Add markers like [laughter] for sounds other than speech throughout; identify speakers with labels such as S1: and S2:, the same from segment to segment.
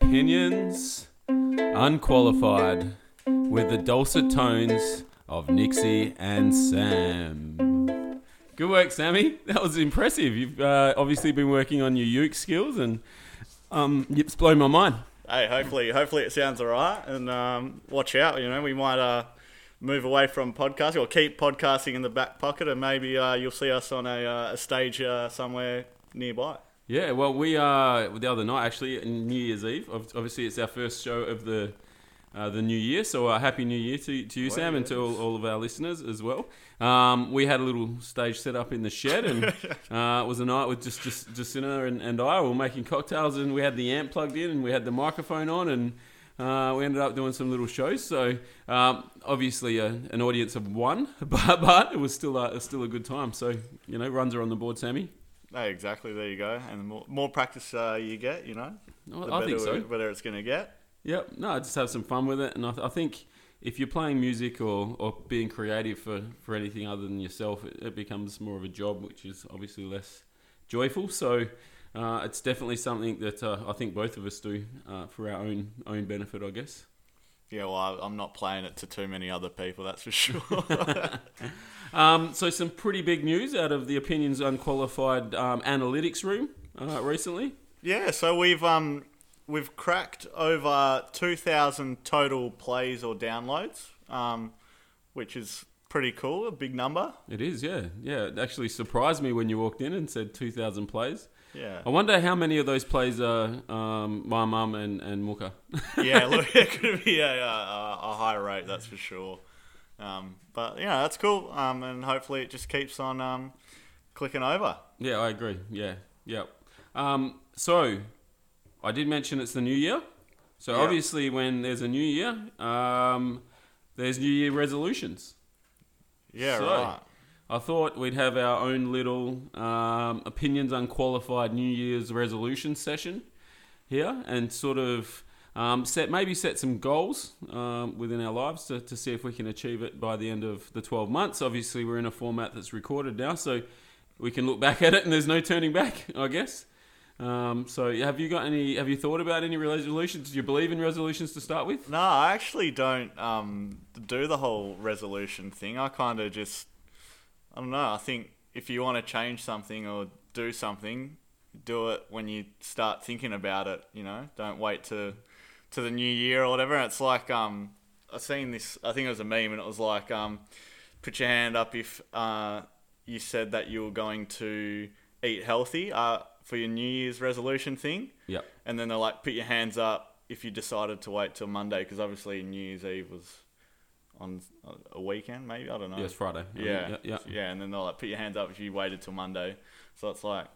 S1: opinions, unqualified, with the dulcet tones of Nixie and Sam. Good work, Sammy. That was impressive. You've uh, obviously been working on your uke skills, and um, it's blown my mind.
S2: Hey, hopefully, hopefully it sounds alright. And um, watch out, you know, we might uh, move away from podcasting or keep podcasting in the back pocket, and maybe uh, you'll see us on a, uh, a stage uh, somewhere nearby.
S1: Yeah, well, we are the other night actually on New Year's Eve. ob- Obviously, it's our first show of the uh, the new year, so uh, happy New Year to, to you, Sam, and to all, all of our listeners as well. Um, we had a little stage set up in the shed,
S2: [laughs]
S1: and uh, it was a night with just just Jacinta and, and I. We were making cocktails, and we had the amp plugged in, and we had the microphone on, and uh, we ended up doing some little shows. So um, obviously, uh, an audience of one, [laughs] but but it was still uh, still a good time. So you know, runs are on the board, Sammy.
S2: Hey, exactly. There you go. And the more, more practice uh, you get, you know,
S1: Well,
S2: the
S1: I
S2: better,
S1: think so.
S2: better it's going to get.
S1: Yep. No, just have some fun with it, and I, I think if you're playing music or, or being creative for, for anything other than yourself, it, it becomes more of a job, which is obviously less joyful. So uh, it's definitely something that uh, I think both of us do uh, for our own own benefit, I guess.
S2: Yeah, well, I, I'm not playing it to too many other people, that's for sure. [laughs]
S1: Um, so some pretty big news out of the opinions unqualified um, analytics room uh, recently.
S2: Yeah, so we've um we've cracked over two thousand total plays or downloads, um, which is pretty cool, a big number.
S1: It is, yeah, yeah. It actually surprised me when you walked in and said two thousand plays.
S2: Yeah,
S1: I wonder how many of those plays are um, my mum and and Mooka.
S2: [laughs]
S1: [laughs]
S2: yeah, look, it could be a, a, a high rate, that's for sure. Um, but yeah, that's cool, um, and hopefully it just keeps on um, clicking over.
S1: Yeah, I agree. Yeah, yep. Um, so, I did mention it's the new year. So
S2: Yeah.
S1: obviously, when there's a new year, um, there's new year resolutions.
S2: Yeah,
S1: So-
S2: right.
S1: I thought we'd have our own little um, opinions unqualified New Year's resolution session here, and sort of um, set maybe set some goals um, within our lives to, to see if we can achieve it by the end of the 12 months. Obviously, we're in a format that's recorded now, so we can look back at it, and there's no turning back, [laughs] I guess. Um, so, have you got any? Have you thought about any resolutions? Do you believe in resolutions to start with?
S2: No, I actually don't um, do the whole resolution thing. I kind of just, I don't know. I think if you want to change something or do something, do it when you start thinking about it. You know, don't wait to to the new year or whatever. And it's like um, I seen this. I think it was a meme, and it was like um, put your hand up if uh, you said that you were going to eat healthy uh, for your New Year's resolution thing.
S1: Yep.
S2: And then they're like, put your hands up if you decided to wait till Monday, because obviously New Year's Eve was on a weekend, maybe. I don't know.
S1: Yes, Friday.
S2: Um, yeah.
S1: yeah, yeah.
S2: And then they're like, put your hands up if you waited till Monday. So it's like,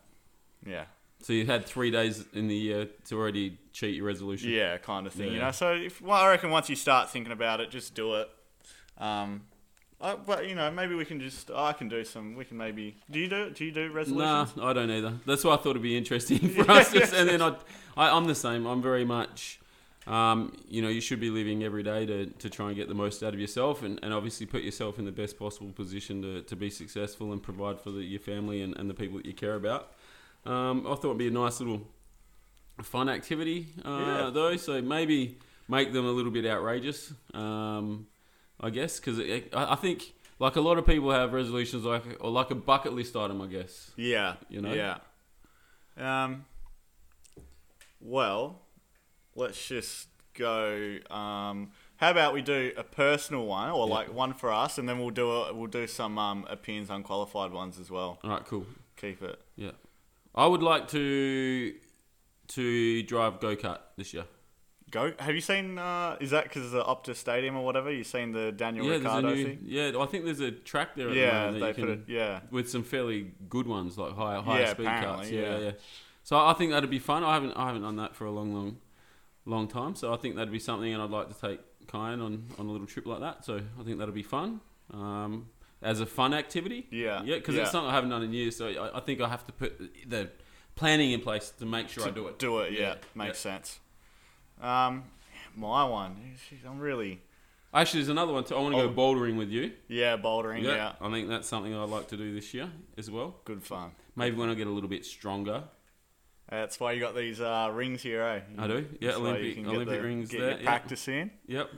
S2: yeah.
S1: So you had three days in the year to already cheat your resolution.
S2: Yeah, kind of thing, you
S1: Yeah.
S2: know. So if, well, I reckon once you start thinking about it, just do it. Um, I, but you know, maybe we can just. I can do some. We can maybe. Do you do? Do you do
S1: Nah,
S2: resolutions?
S1: I don't either. That's why I thought it'd be
S2: [laughs]
S1: interesting for us. to- and then I, I, I'm the same. I'm very much, um, you know, you should be living every day to, to try and get the most out of yourself and, and obviously put yourself in the best possible position to, to be successful and provide for the, your family and, and the people that you care about. Um, I thought it'd be a nice little fun activity, uh,
S2: Yeah.
S1: though. So maybe make them a little bit outrageous, um, I guess, because I, I think. Like a lot of people have resolutions, like or like a bucket list item, I guess.
S2: Yeah.
S1: You know?
S2: Yeah. Um. Well, let's just go. Um. How about we do a personal one, or like one for us, and then we'll do a, we'll do some um opinions unqualified ones as well.
S1: All right, cool.
S2: Keep it.
S1: Yeah, I would like to to drive go kart this year.
S2: Go. Have you seen? Uh, is that because of the Optus Stadium or whatever? You seen the Daniel
S1: yeah,
S2: Ricciardo
S1: there's a new.
S2: thing?
S1: Yeah, I think there's a track there. At
S2: Yeah,
S1: the moment
S2: they
S1: that you
S2: put it.
S1: can,
S2: Yeah,
S1: with some fairly good ones like higher higher
S2: Yeah,
S1: speed
S2: apparently,
S1: karts. Yeah, yeah,
S2: yeah.
S1: So I think that'd be fun. I haven't I haven't done that for a long long long time. So I think that'd be something, and I'd like to take Kyan on on a little trip like that. So I think that'd be fun. Um, as a fun activity.
S2: Yeah,
S1: Yeah, because
S2: yeah.
S1: it's something I haven't done in years. So I, I think I have to put the planning in place to make sure I do it.
S2: do it. Yeah,
S1: Yeah,
S2: makes sense. Um, my one. Jeez, I'm really.
S1: Actually, there's another one too. I want to
S2: Oh.
S1: go bouldering with you.
S2: Yeah, bouldering. Yeah.
S1: I think that's something I'd like to do this year as well.
S2: good fun.
S1: Maybe when I get a little bit stronger,
S2: That's why you got these uh, rings here, eh?
S1: I do. Yeah,
S2: That's why you
S1: Olympic-
S2: can get
S1: Olympic
S2: the-
S1: rings
S2: Get
S1: there,
S2: your
S1: yeah.
S2: practice in.
S1: Yep.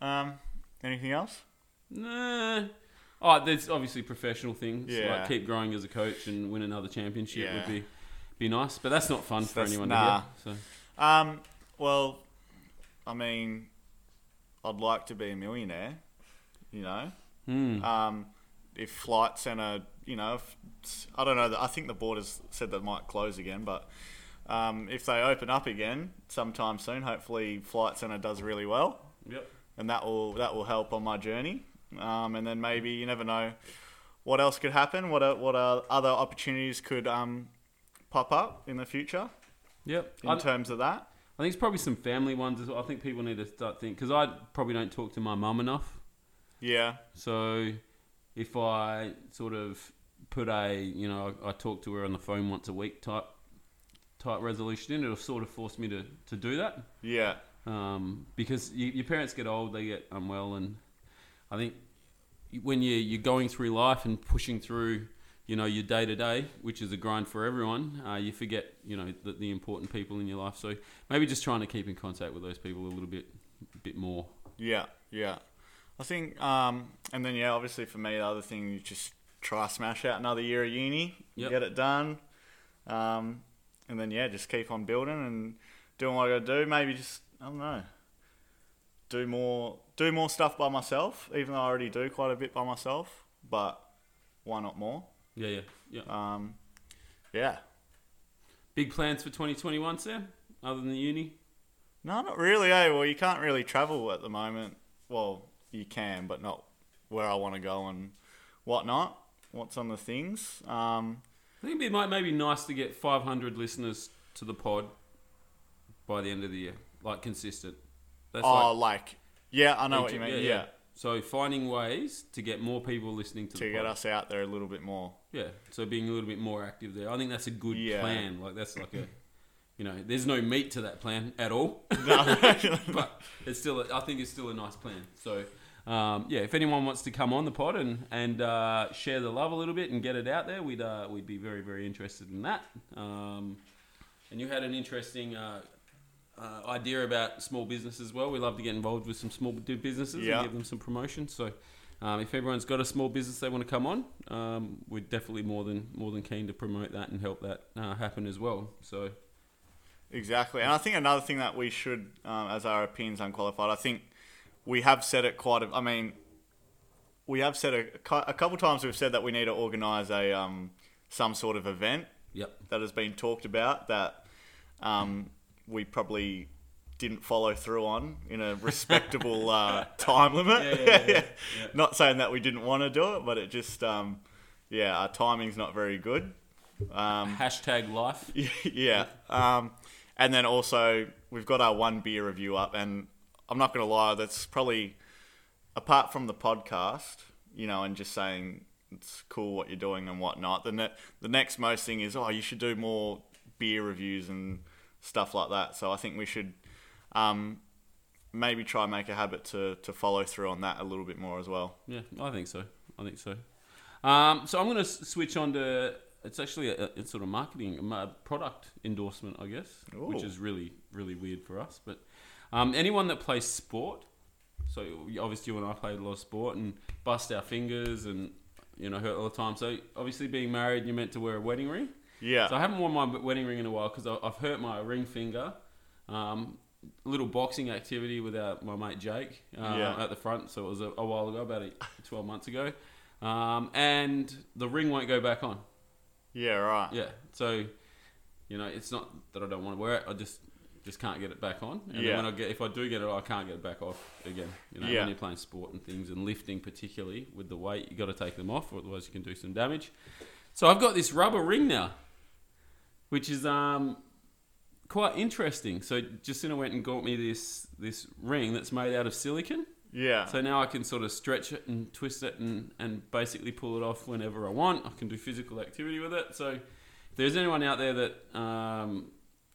S2: Um, anything else?
S1: Nah. Oh, there's obviously professional things.
S2: Yeah.
S1: Like keep growing as a coach and win another championship
S2: Yeah.
S1: would be be nice. But that's not fun for
S2: That's-
S1: anyone
S2: nah.
S1: to hear.
S2: Um, well, I mean, I'd like to be a millionaire. You know,
S1: So hmm.
S2: um, if Flight Centre, you know, if, I don't know. I think the board has said that might close again, but um, if they open up again sometime soon, hopefully Flight Centre does really well.
S1: Yep.
S2: and that will that will help on my journey. Um, and then maybe you never know what else could happen. What o- what o- other opportunities could um, pop up in the future
S1: Yep.
S2: in
S1: I,
S2: terms of that?
S1: I think it's probably some family ones as well. I think people need to start thinking because I probably don't talk to my mum enough.
S2: Yeah,
S1: So if I sort of put a, you know, I, I talk to her on the phone once a week type type resolution in, it'll sort of force me to, to do that.
S2: yeah,
S1: um, because you, your parents get old, they get unwell, and I think when you, you're going through life and pushing through, you know, your day to day, which is a grind for everyone, uh, you forget, you know, the, the important people in your life. So maybe just trying to keep in contact with those people a little bit, bit more.
S2: yeah, yeah. I think, um, and then yeah, obviously for me, the other thing you just try smash out another year of uni,
S1: Yep.
S2: get it done, um, and then yeah, just keep on building and doing what I got to do. Maybe just I don't know, do more, do more stuff by myself. Even though I already do quite a bit by myself, but why not more?
S1: Yeah, yeah, yeah.
S2: Um, yeah,
S1: Big plans for 2021, Sam. Other than the uni,
S2: no, not really. Eh? Well, you can't really travel at the moment. Well, you can, but not where I want to go and whatnot. What's on the things? Um,
S1: I think it might maybe nice to get 500 listeners to the pod by the end of the year, like consistent. That's like-
S2: oh, like, yeah, I know what you mean. Yeah,
S1: So finding ways to get more people listening to,
S2: to
S1: the
S2: get
S1: pod.
S2: us out there a little bit [laughs] more.
S1: Yeah. So being a little bit more active there. I think that's a good
S2: Yeah.
S1: plan. Like that's like a you know, there's no meat to that plan at all. [laughs] but it's still a, I think it's still a nice plan. So um, yeah, if anyone wants to come on the pod and and uh, share the love a little bit and get it out there, we'd uh, we'd be very very interested in that. Um, and you had an interesting uh, uh, idea about small business as well. We love to get involved with some small d- businesses
S2: Yeah.
S1: and give them some promotion. So, um, if everyone's got a small business they want to come on, um, we're definitely more than more than keen to promote that and help that uh, happen as well. So,
S2: [laughs] Exactly. And I think another thing that we should, um, as our opinions unqualified, I think we have said it quite. A, I mean, we have said a, a couple times we've said that we need to organise a um, some sort of event
S1: yep,
S2: that has been talked about that um, we probably didn't follow through on in a
S1: [laughs]
S2: respectable uh, time limit.
S1: Yeah, yeah, yeah, yeah.
S2: [laughs] Not saying that we didn't want to do it, but it just, um, yeah, our timing's not very good. Um,
S1: hashtag life.
S2: [laughs] yeah. Um, and then also, we've got our one beer review up, and I'm not going to lie, that's probably, apart from the podcast, you know, and just saying it's cool what you're doing and whatnot, the, ne- the next most thing is, oh, you should do more beer reviews and stuff like that. So I think we should um, maybe try and make a habit to, to follow through on that a little bit more as well.
S1: Yeah, I think so. I think so. Um, so I'm going to switch on to it's actually a, it's sort of marketing a ma- product endorsement, I guess, which
S2: Ooh.
S1: is really really weird for us. But um, anyone that plays sport, so obviously you and I played a lot of sport and bust our fingers and you know hurt all the time. So obviously being married, you're meant to wear a wedding ring.
S2: Yeah.
S1: So I haven't worn my wedding ring in a while because I've hurt my ring finger. Um, little boxing activity with our, my mate Jake uh,
S2: Yeah.
S1: at the front. So it was a, a while ago, about eight, 12 months ago. Um, and the ring won't go back on.
S2: yeah, right.
S1: Yeah. So, you know, it's not that I don't want to wear it. I just just can't get it back on. And
S2: Yeah.
S1: then when I get, if I do get it, I can't get it back off again. You know,
S2: Yeah.
S1: when you're playing sport and things and lifting, particularly with the weight, you got to take them off, or otherwise you can do some damage. So I've got this rubber ring now, which is um quite interesting. So Jacinta went and got me this this ring that's made out of silicon.
S2: Yeah.
S1: So now I can sort of stretch it and twist it and, and basically pull it off whenever I want. I can do physical activity with it. So if there's anyone out there that um,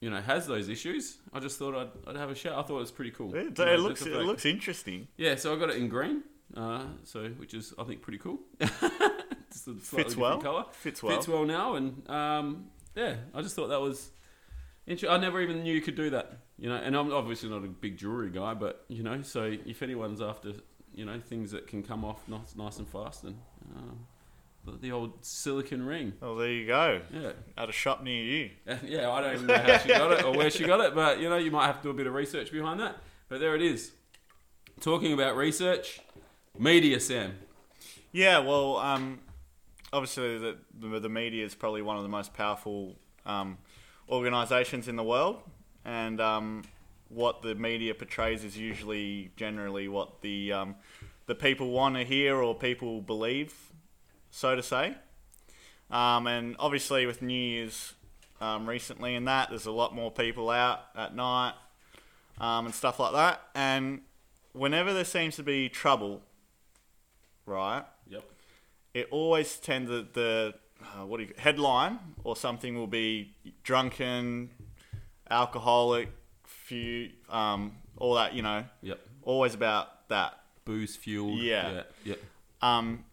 S1: you know has those issues, I just thought I'd, I'd have a shout. I thought it was pretty cool.
S2: it,
S1: You know,
S2: it
S1: just
S2: looks
S1: the
S2: it
S1: fact-
S2: looks interesting.
S1: yeah. So I got it in green, uh, so which is I think pretty cool. [laughs] just a slightly
S2: Fits
S1: different
S2: well.
S1: color
S2: Fits well.
S1: fits well now, and um, yeah, I just thought that was interesting. I never even knew you could do that. You know, and I'm obviously not a big jewelry guy, but you know, so if anyone's after you know things that can come off nice, nice and fast, and um, the, the old silicon ring.
S2: Well, Oh, there you go.
S1: Yeah,
S2: At a shop near you.
S1: yeah. I don't even know how she got it or where she got it, but you know, you might have to do a bit of research behind that. But there it is. Talking about research, media, Sam.
S2: Yeah, well, um, obviously the, the the media is probably one of the most powerful um, organisations in the world, and um, what the media portrays is usually generally what the um, the people want to hear or people believe, so to say. Um, and obviously with New Year's um, recently and that, there's a lot more people out at night um, and stuff like that. And whenever there seems to be trouble, right?
S1: Yep.
S2: it always tends to the uh, what do you, headline or something will be drunken, alcoholic, few, um, all that you know,
S1: Yep.
S2: always about that.
S1: Booze fueled.
S2: Yeah.
S1: Yeah. Yep.
S2: Um,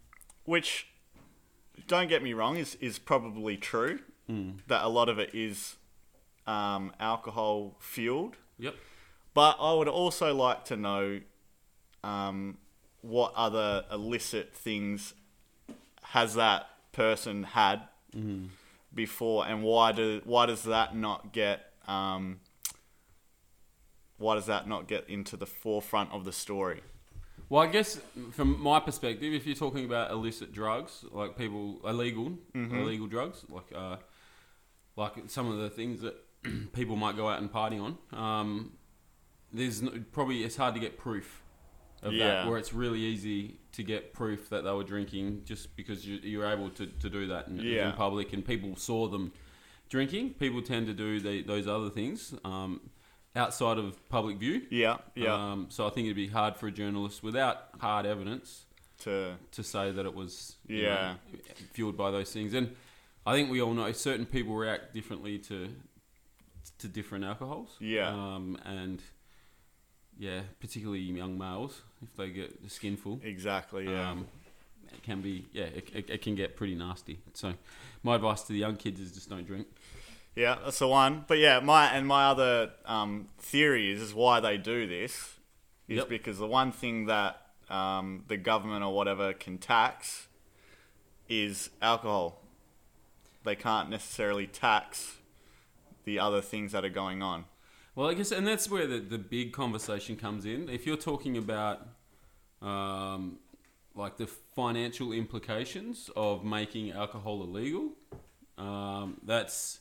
S2: which, don't get me wrong, is is probably true that a lot of it is um, alcohol fueled.
S1: Yep.
S2: But I would also like to know um, what other illicit things has that person had before, and why do why does that not get um, why does that not get into the forefront of the story?
S1: Well, I guess from my perspective, if you're talking about illicit drugs, like people illegal,
S2: Mm-hmm.
S1: illegal drugs, like uh, like some of the things that [clears throat] people might go out and party on, um, there's no, probably it's hard to get proof of
S2: Yeah.
S1: that, where it's really easy to get proof that they were drinking just because you, you're able to, to do that in,
S2: Yeah.
S1: in public and people saw them drinking. People tend to do the, those other things um, outside of public view.
S2: Yeah, yeah.
S1: Um, so I think it'd be hard for a journalist without hard evidence
S2: to
S1: to say that it was you
S2: Yeah.
S1: know, fueled by those things. And I think we all know certain people react differently to to different alcohols.
S2: Yeah.
S1: Um, and yeah, particularly young males if they get a skinful.
S2: exactly, yeah.
S1: Um, it can be yeah, it, it, it can get pretty nasty. So my advice to the young kids is just don't drink.
S2: Yeah, that's the one. But yeah, my and my other um, theory is, is why they do this is
S1: Yep.
S2: because the one thing that um, the government or whatever can tax is alcohol. They can't necessarily tax the other things that are going on.
S1: Well, I guess, and that's where the, the big conversation comes in. If you're talking about, um, like the financial implications of making alcohol illegal, um, that's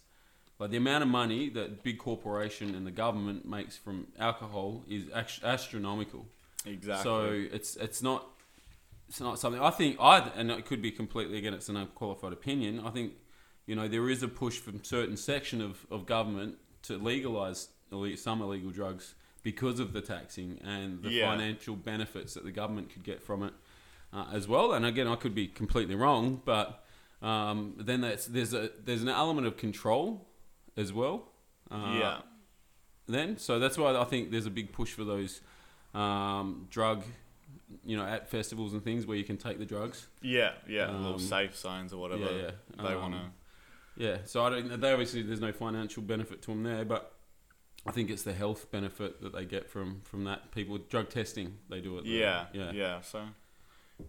S1: like the amount of money that big corporation and the government makes from alcohol is act- astronomical.
S2: Exactly.
S1: So it's it's not it's not something I think I and it could be completely again it's an unqualified opinion. I think you know there is a push from certain section of, of government to legalize ille- some illegal drugs because of the taxing and the
S2: Yeah.
S1: financial benefits that the government could get from it uh, as well. And again, I could be completely wrong, but um, then that's, there's a there's an element of control as well. Uh,
S2: yeah,
S1: then. So that's why I think there's a big push for those um, drug, you know, at festivals and things where you can take the drugs.
S2: yeah, yeah. little
S1: um,
S2: safe zones or whatever
S1: yeah, yeah.
S2: they
S1: Um,
S2: want to.
S1: Yeah. So I don't. They obviously there's no financial benefit to them there, but I think it's the health benefit that they get from from that. People drug testing, they do it. there.
S2: Yeah,
S1: yeah.
S2: yeah, So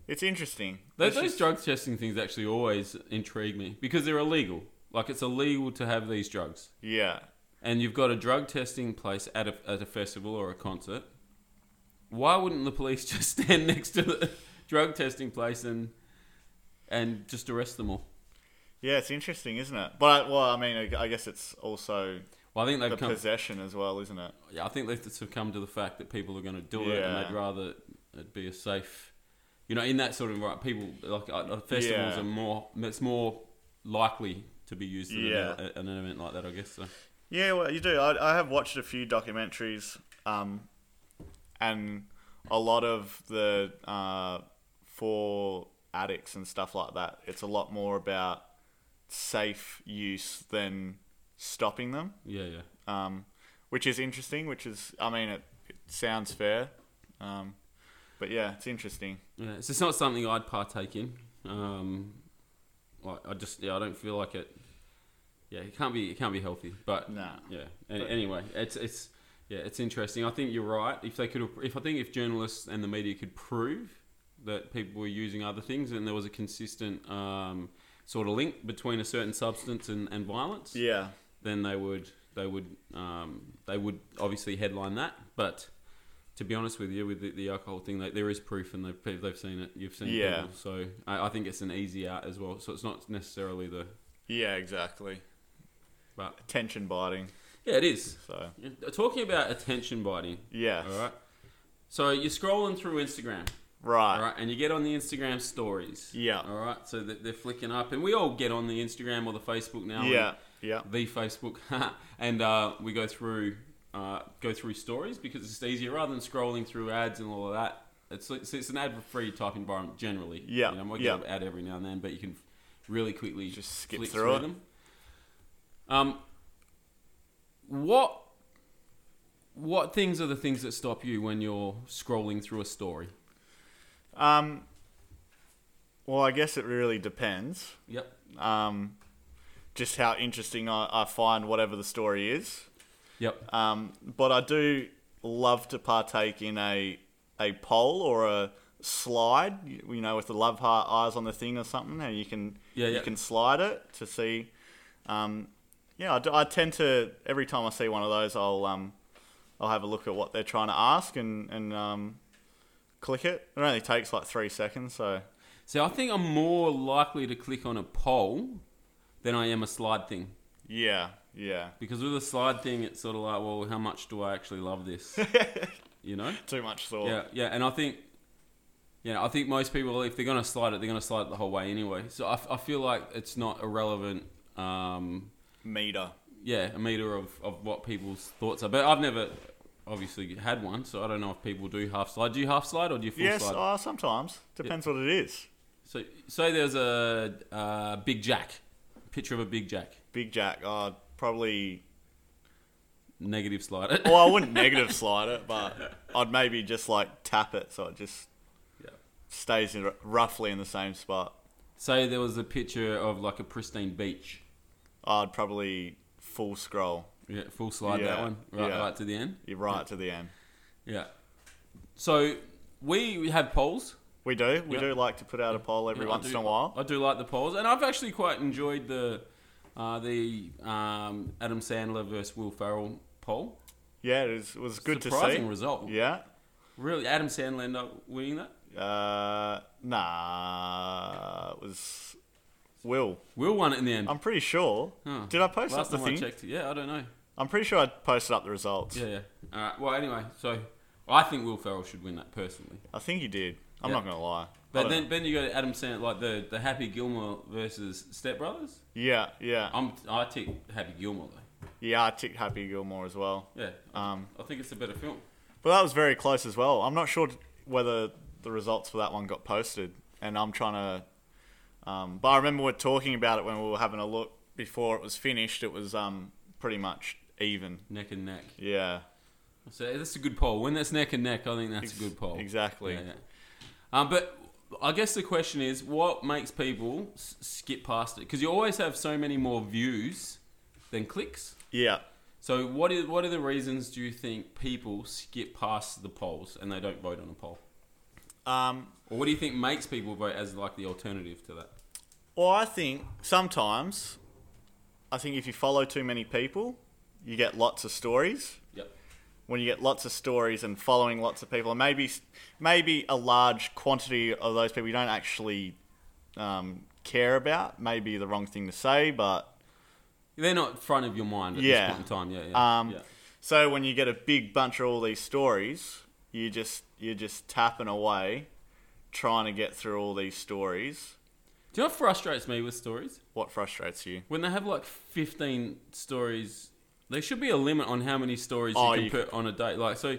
S2: it's interesting.
S1: Those,
S2: It's
S1: those
S2: just-
S1: drug testing things actually always intrigue me because they're illegal. Like it's illegal to have these drugs.
S2: yeah,
S1: and you've got a drug testing place at a, at a festival or a concert, why wouldn't the police [laughs] just stand next to the drug testing place and and just arrest them all?
S2: yeah. It's interesting, isn't it? But well, I mean, I I guess it's also
S1: Well, I think
S2: the
S1: they've come.
S2: possession as well, isn't it?
S1: Yeah, I think they've just have come to the fact that people are going to do it, and
S2: Yeah.
S1: they'd rather it be a safe, you know, in that sort of right. People like uh, uh, festivals
S2: Yeah.
S1: are more. It's more likely to be used in
S2: Yeah.
S1: an, an event like that, I guess. So.
S2: Yeah, well, you do. I, I have watched a few documentaries, um, and a lot of the uh, for addicts and stuff like that. It's a lot more about safe use than stopping them,
S1: Yeah, yeah.
S2: um, which is interesting. Which is, I mean, it, it sounds fair, um, but yeah, it's interesting.
S1: Yeah, it's just not something I'd partake in. Um, like I just yeah, I don't feel like it. yeah, it can't be it can't be healthy. But
S2: Nah.
S1: yeah. An- anyway, it's it's yeah, it's interesting. I think you're right. If they could, if I think if journalists and the media could prove that people were using other things and there was a consistent um, sort of link between a certain substance and, and violence,
S2: Yeah.
S1: then they would they would um, they would obviously headline that. But to be honest with you, with the, the alcohol thing, like, there is proof and they've, they've seen it. You've seen
S2: Yeah.
S1: people, so I, I think it's an easy out as well. So it's not necessarily the
S2: Yeah, exactly.
S1: but
S2: Attention biting.
S1: yeah, it is. Uh,
S2: So,
S1: Talking about attention biting.
S2: yes.
S1: All right. So you're scrolling through Instagram,
S2: Right.
S1: all right, and you get on the Instagram stories.
S2: Yeah.
S1: All right. So that they're flicking up, and we all get on the Instagram or the Facebook now. and-
S2: Yeah. Yeah.
S1: The Facebook, [laughs] and uh, we go through uh, go through stories because it's easier rather than scrolling through ads and all of that. It's it's, it's an ad-free type environment generally.
S2: Yeah,
S1: You know, I might
S2: yeah.
S1: get an ad every now and then, but you can really quickly
S2: Just skip
S1: flick
S2: through it.
S1: them. Um, what what things are the things that stop you when you're scrolling through a story?
S2: Um, well, I guess it really depends.
S1: Yep.
S2: Um, just how interesting I, I find whatever the story is.
S1: Yep.
S2: Um, but I do love to partake in a a poll or a slide, you know, with the love heart eyes on the thing or something, and you can
S1: Yeah,
S2: you
S1: yeah.
S2: can slide it to see. Um, yeah, I, do- I tend to every time I see one of those, I'll um, I'll have a look at what they're trying to ask and and um, click it. It only takes like three seconds, so
S1: So I think I'm more likely to click on a poll than I am a slide thing.
S2: yeah, yeah,
S1: Because with the slide thing, it's sort of like, well, how much do I actually love
S2: [laughs]
S1: this? you know?
S2: too much thought.
S1: Yeah, yeah. And I think, yeah, I think most people, if they're going to slide it, they're going to slide it the whole way anyway. So I, I feel like it's not irrelevant. Um,
S2: Meter.
S1: yeah, a meter of, of what people's thoughts are. But I've never obviously had one, so I don't know if people do half slide. Do you half slide or do you full
S2: Yes,
S1: slide?
S2: uh, sometimes depends what it is.
S1: so say there's a uh, big jack, picture of a big jack,
S2: Big Jack, uh, probably
S1: negative slide it.
S2: Well, I wouldn't negative slide it, but I'd maybe just like tap it so it just
S1: [laughs] Yeah.
S2: stays in, roughly in the same spot.
S1: Say there was a picture of like a pristine beach.
S2: I'd probably full scroll
S1: Yeah, full slide that
S2: Yeah,
S1: one, right,
S2: yeah.
S1: right to the end.
S2: you right to the end.
S1: Yeah. So we have polls
S2: We do. We
S1: Yeah.
S2: do like to put out a poll every
S1: Yeah, I
S2: once
S1: do-
S2: in a while.
S1: I do like the polls, and I've actually quite enjoyed the uh, the um, Adam Sandler versus Will Ferrell poll.
S2: Yeah, it was, it was good
S1: Surprising
S2: to see.
S1: result.
S2: Yeah.
S1: Really, Adam Sandler ended up winning that.
S2: Uh, nah, it was Will.
S1: Will won it in the end.
S2: I'm pretty sure.
S1: Huh.
S2: Did I post
S1: Last
S2: up
S1: time
S2: the
S1: I
S2: thing?
S1: checked, yeah, I don't know.
S2: I'm pretty sure I posted up the results.
S1: Yeah, yeah. All right. Well, anyway, so I think Will Ferrell should win that personally.
S2: I think you did. I'm
S1: Yeah.
S2: not gonna lie. I
S1: But
S2: don't
S1: then,
S2: know.
S1: then you go to Adam Sandler, like the, the Happy Gilmore versus Step Brothers.
S2: yeah, yeah,
S1: I'm I tick Happy Gilmore though.
S2: yeah. I ticked Happy Gilmore as well.
S1: Yeah,
S2: Um,
S1: I think it's a better film.
S2: But that was very close as well. I'm not sure whether the results for that one got posted, and I'm trying to. Um, but I remember we're talking about it when we were having a look before it was finished. It was um, pretty much even.
S1: Neck and neck.
S2: Yeah,
S1: So that's a good poll. When that's neck and neck, I think that's
S2: Ex-
S1: a good poll.
S2: exactly.
S1: Yeah, yeah. Um, but I guess the question is, what makes people s- skip past it? Because you always have so many more views than clicks.
S2: yeah.
S1: So what is what are the reasons do you think people skip past the polls and they don't vote on a poll?
S2: Um,
S1: Or what do you think makes people vote as like the alternative to that?
S2: well, I think sometimes, I think if you follow too many people, you get lots of stories.
S1: Yep.
S2: when you get lots of stories and following lots of people, and maybe maybe a large quantity of those people you don't actually um, care about. Maybe the wrong thing to say, but
S1: They're not front of your mind at
S2: Yeah.
S1: this point in time. Yeah. yeah,
S2: um,
S1: yeah.
S2: so when you get a big bunch of all these stories, you just you're just tapping away, trying to get through all these stories.
S1: Do you know what frustrates me with stories?
S2: What frustrates you?
S1: When they have like 15 stories, there should be a limit on how many stories
S2: Oh,
S1: you can
S2: you
S1: put on a date. Like, so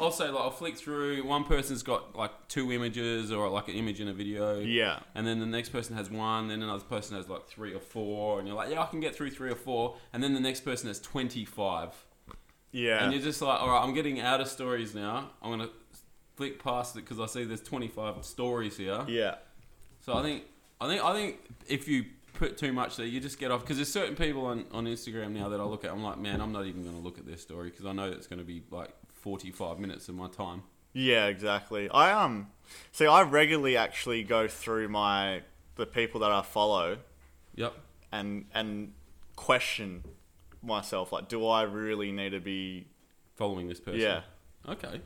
S1: I'll say, like, I'll flick through, one person's got like two images or like an image in a video.
S2: Yeah,
S1: And then the next person has one, then another person has like three or four, and you're like, yeah, I can get through three or four. And then the next person has 25.
S2: yeah,
S1: And you're just like, all right, I'm getting out of stories now. I'm going to flick past it because I see there's 25 stories here.
S2: yeah,
S1: So I think I think I think if you put too much there. You just get off because there's certain people on, on Instagram now that I look at. I'm like, man, I'm not even going to look at their story because I know it's going to be like 45 minutes of my time.
S2: Yeah, exactly. I um see I regularly actually go through my the people that I follow
S1: Yep.
S2: and and question myself like do I really need to be
S1: Following this person.
S2: yeah.
S1: Okay.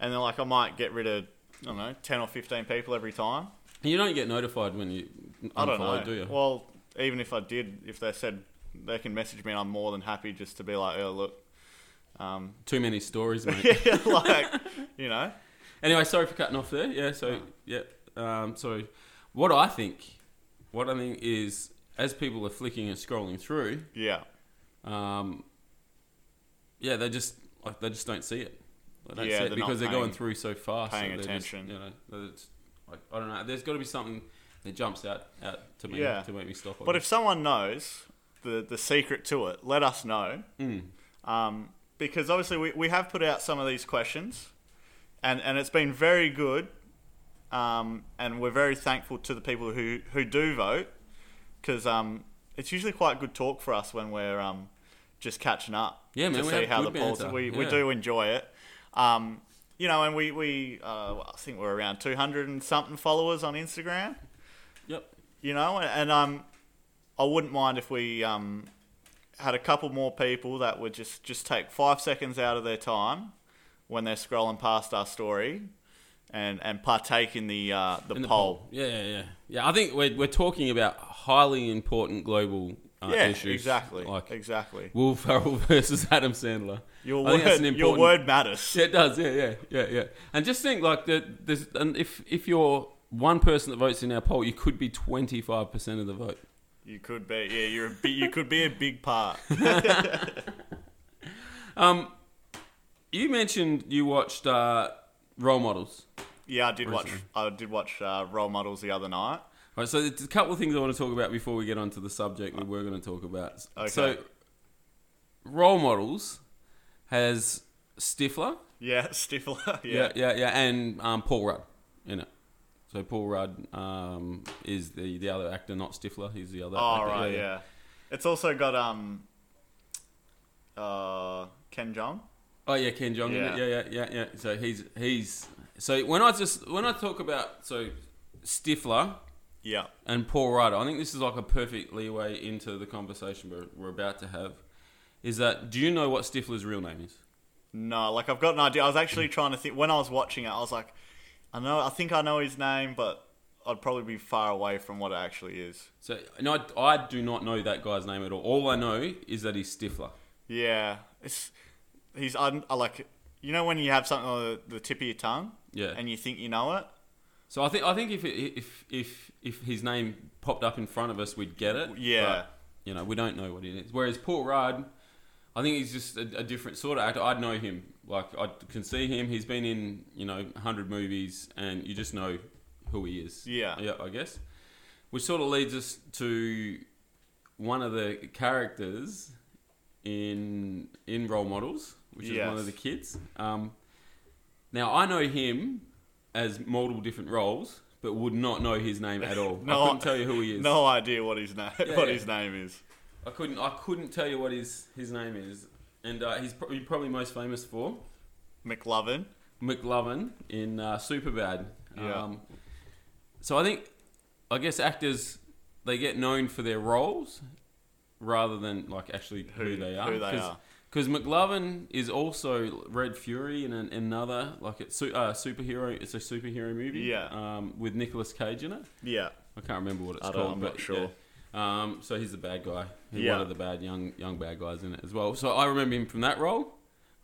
S2: And then like I might get rid of I don't know, 10 or 15 people every time.
S1: You don't get notified when you unfollow,
S2: I don't know.
S1: do you?
S2: Well, even if I did, if they said they can message me, and I'm more than happy just to be like, oh look, um, [laughs]
S1: Too many stories, mate.
S2: like you know,
S1: Anyway, sorry for cutting off there. Yeah, so yeah. Um, so what I think, what I think is, as people are flicking and scrolling through,
S2: yeah,
S1: um, yeah, they just like they just don't see it. They don't
S2: Yeah,
S1: see it
S2: they're
S1: because they're
S2: not
S1: going
S2: paying-
S1: through so fast.
S2: paying
S1: that they're just,
S2: attention.
S1: you know, that it's, like, I don't know. There's got to be something that jumps out out to me
S2: Yeah.
S1: to make me stop. I
S2: But if
S1: guess.
S2: someone knows the the secret to it, let us know.
S1: Mm.
S2: Um, because obviously we, we have put out some of these questions, and and it's been very good. Um, and we're very thankful to the people who who do vote, because um, it's usually quite good talk for us when we're um, just catching up.
S1: Yeah, man,
S2: to
S1: we
S2: see
S1: have
S2: how
S1: good
S2: the polls.
S1: banter,
S2: We we
S1: yeah.
S2: do enjoy it. Um, you know, and we we uh, I think we're around two hundred and something followers on Instagram
S1: yep,
S2: you know, and, and um, I wouldn't mind if we um, had a couple more people that would just just take five seconds out of their time when they're scrolling past our story, and and partake in the uh, the,
S1: in the
S2: poll.
S1: poll. Yeah, yeah, yeah. Yeah, I think we're we're talking about highly important global uh,
S2: Yeah,
S1: issues.
S2: exactly,
S1: Like
S2: exactly.
S1: Will Ferrell [laughs] versus Adam Sandler.
S2: Your
S1: I think that's
S2: word,
S1: an
S2: your
S1: important-
S2: word matters.
S1: Yeah, it does. Yeah, yeah, yeah, yeah. And just think, like, that there's, and if if you're one person that votes in our poll, you could be 25 percent of the vote.
S2: You could be, yeah, you're a bi- you could be a big
S1: [laughs]
S2: part.
S1: Um, you mentioned you watched uh, Role Models.
S2: Yeah, I did watch.
S1: Recently.
S2: I did watch uh, Role Models the other night.
S1: All right, so there's a couple of things I want to talk about before we get onto the subject we were going to talk about.
S2: Okay.
S1: So, Role Models has Stifler,
S2: Yeah, [laughs] Stifler.
S1: yeah,
S2: Yeah,
S1: yeah, yeah, and um, Paul Rudd in it. So Paul Rudd um, is the, the other actor, not Stifler. He's the other.
S2: Oh,
S1: actor.
S2: right, yeah. It's also got um, uh, Ken Jong.
S1: Oh yeah, Ken Jong. Yeah.
S2: Yeah.
S1: yeah, yeah, yeah, yeah. So he's he's so when I just when I talk about so Stifler
S2: Yeah.
S1: and Paul Rudd, I think this is like a perfect leeway into the conversation we're, we're about to have. Is that do you know what Stifler's real name is?
S2: No, like I've got an idea. I was actually trying to think when I was watching it. I was like, I know, I think I know his name, but I'd probably be far away from what it actually is.
S1: So and I I do not know that guy's name at all. All I know is that he's Stifler.
S2: Yeah, it's he's un, I like you know when you have something on the, the tip of your tongue
S1: Yeah.
S2: and you think you know it.
S1: so I think I think if it, if if if his name popped up in front of us, we'd get it.
S2: Yeah.
S1: But, you know, we don't know what it is. Whereas Paul Rudd, I think he's just a, a different sort of actor. I'd know him. Like I can see him. He's been in you know hundred movies, and you just know who he is.
S2: Yeah.
S1: yeah, I guess. Which sort of leads us to one of the characters in in role models, which is one
S2: Yes.
S1: of the kids. Um, now I know him as multiple different roles, but would not know his name
S2: [laughs]
S1: at all.
S2: No,
S1: I couldn't tell you who he is.
S2: No idea what his name
S1: Yeah,
S2: [laughs] what
S1: yeah.
S2: his name is.
S1: I couldn't. I couldn't tell you what his his name is, and uh, he's probably, probably most famous for
S2: McLovin.
S1: McLovin in uh, Superbad.
S2: Yeah.
S1: Um, so I think, I guess actors they get known for their roles rather than like actually who,
S2: Who-
S1: they are.
S2: who they are.
S1: Because McLovin is also Red Fury in, an, another like it's su- uh, superhero. It's a superhero movie.
S2: Yeah.
S1: Um, with Nicolas Cage in it.
S2: Yeah.
S1: I can't remember what it's
S2: I don't-
S1: called.
S2: I'm
S1: but
S2: not sure.
S1: yeah. Um, so he's the bad guy. He's
S2: Yeah.
S1: one of the bad young young bad guys in it as well. So I remember him from that role.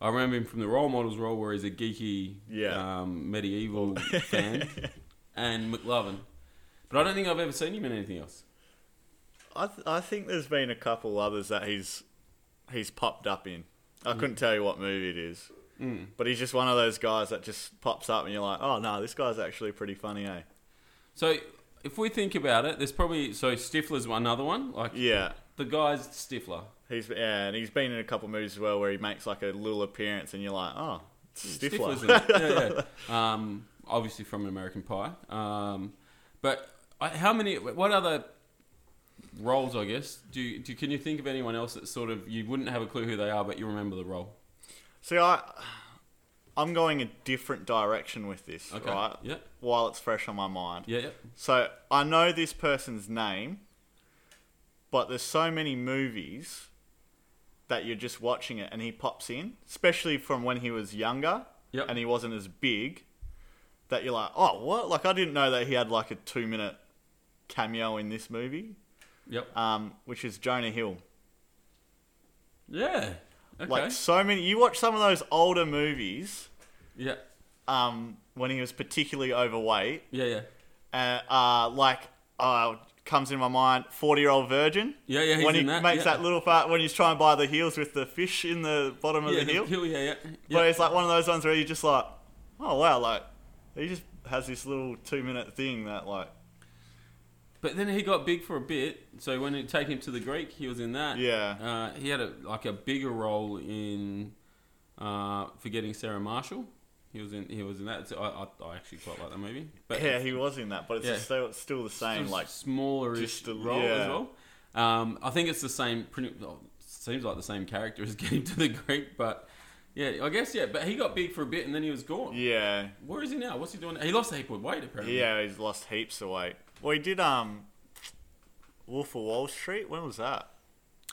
S1: I remember him from the role models role where he's a geeky
S2: Yeah.
S1: um, medieval
S2: [laughs]
S1: fan and McLovin. But I don't think I've ever seen him in anything else.
S2: I th- I think there's been a couple others that he's he's popped up in. I
S1: Mm.
S2: couldn't tell you what movie it is, mm. but he's just one of those guys that just pops up and you're like, oh no, this guy's actually pretty funny, eh?
S1: So if we think about it, there's probably so Stifler's another one. Like
S2: Yeah,
S1: the guy's Stifler.
S2: he's yeah, and he's been in a couple movies as well where he makes like a little appearance and you're like, oh, it's Stifler.
S1: Mm, Stifler's in it. [laughs] Yeah, yeah. Um, obviously from American Pie. Um, but I, how many? What other roles, I guess. Do, you, do can you think of anyone else that sort of you wouldn't have a clue who they are, but you remember the role?
S2: [laughs] See, I, I'm going a different direction with this,
S1: Okay.
S2: right?
S1: Yeah.
S2: While it's fresh on my mind.
S1: Yeah. Yeah.
S2: So I know this person's name, but there's so many movies that you're just watching it and he pops in, especially from when he was younger
S1: Yep.
S2: and he wasn't as big, that you're like, oh, what? Like, I didn't know that he had like a two minute cameo in this movie,
S1: Yep.
S2: um, which is Jonah Hill.
S1: Yeah. Okay.
S2: Like, so many. You watch some of those older movies
S1: yeah.
S2: um, when he was particularly overweight,
S1: Yeah. Yeah.
S2: uh, uh, like uh, comes in my mind, forty year old virgin.
S1: Yeah, yeah, he's
S2: when
S1: in
S2: he
S1: that,
S2: makes
S1: yeah.
S2: that little part when he's trying to buy the heels with the fish in the bottom of
S1: yeah,
S2: the heel.
S1: yeah, yeah, yeah.
S2: But it's like one of those ones where you're just like, oh wow, like he just has this little two minute thing that like
S1: But then he got big for a bit. So when you take him to the Greek, he was in that.
S2: Yeah.
S1: Uh, he had a, like a bigger role in uh, Forgetting Sarah Marshall. He was in. He was in that. So I, I, I actually quite like that movie. But
S2: yeah he was in that, but it's
S1: Yeah.
S2: still still the same
S1: s-
S2: like
S1: smallerish
S2: just a-
S1: role as
S2: yeah.
S1: well. Um, I think it's the same. Pretty, well, seems like the same character as [laughs] Getting to the Greek, but yeah, I guess yeah. But he got big for a bit and then he was gone.
S2: yeah
S1: Where is he now? What's he doing? He lost a heap of weight apparently.
S2: yeah he's lost heaps of weight. Well, he did um. Wolf of Wall Street. When was that?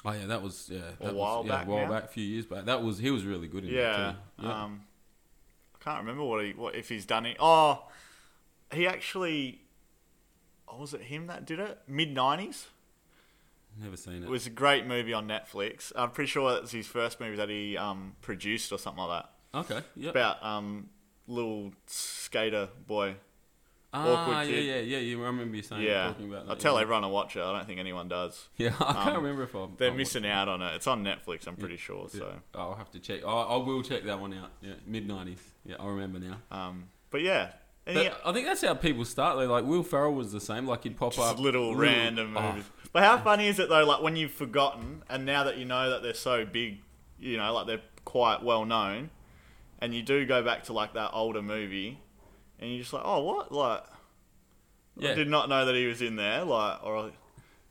S1: Oh yeah, that was yeah, that was-
S2: while
S1: yeah,
S2: back
S1: a while
S2: now?
S1: back, a few years back. That was he was really good in
S2: Yeah.
S1: that too. Yeah.
S2: Um, I can't remember what he what if he's done it. Oh, he actually. Oh, was it him that did it? Mid nineties.
S1: Never seen
S2: It
S1: it.
S2: was a great movie on Netflix. I'm pretty sure it's his first movie that he um, produced or something like that.
S1: okay. Yep.
S2: About um, little skater boy.
S1: ah,
S2: awkward
S1: yeah,
S2: kid.
S1: yeah, yeah, You I remember you saying
S2: yeah,
S1: Oh, talking about that.
S2: I tell
S1: yeah.
S2: everyone to watch it. I don't think anyone does.
S1: Yeah, [laughs] I can't
S2: um,
S1: remember if I'm.
S2: They're
S1: I'll watch
S2: missing out on it. It's on Netflix. I'm pretty sure.
S1: it.
S2: So,
S1: I'll have to check. I, I will check that one out. Yeah, mid nineties. Yeah, I remember now.
S2: um, but yeah,
S1: But
S2: any
S1: I think that's how people start. Though, like Will Ferrell was the same. Like he'd pop
S2: just
S1: up
S2: little, random
S1: oh,
S2: movies. But how funny is it though? Like when you've forgotten, and now that you know that they're so big, you know, like they're quite well known, and you do go back to like that older movie, and you're just like, oh, what? Like, I
S1: Yeah.
S2: did not know that he was in there. Like, or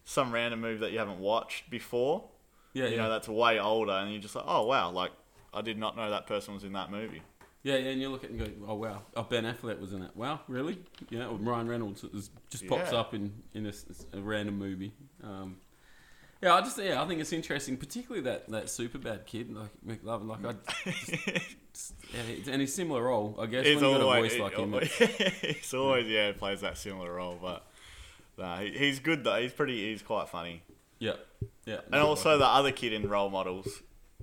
S2: some random movie that you haven't watched before.
S1: yeah,
S2: you
S1: yeah.
S2: know, that's way older, and you're just like, oh wow, like I did not know that person was in that movie.
S1: Yeah, yeah, and you look at it and go, oh wow, oh, Ben Affleck was in it. Wow, really? Yeah, or Ryan Reynolds is, just pops
S2: Yeah.
S1: up in in a, s- a random movie. Um, yeah, I just yeah, I think it's interesting, particularly that that super bad kid like McLovin, like I, just, yeah, it's- and his similar role, I
S2: [laughs]
S1: guess, when you got a voice like him. it-
S2: he's always yeah plays that similar role, but nah, he, he's good though. He's pretty. He's quite funny.
S1: yeah, yeah,
S2: And also the other kid in role models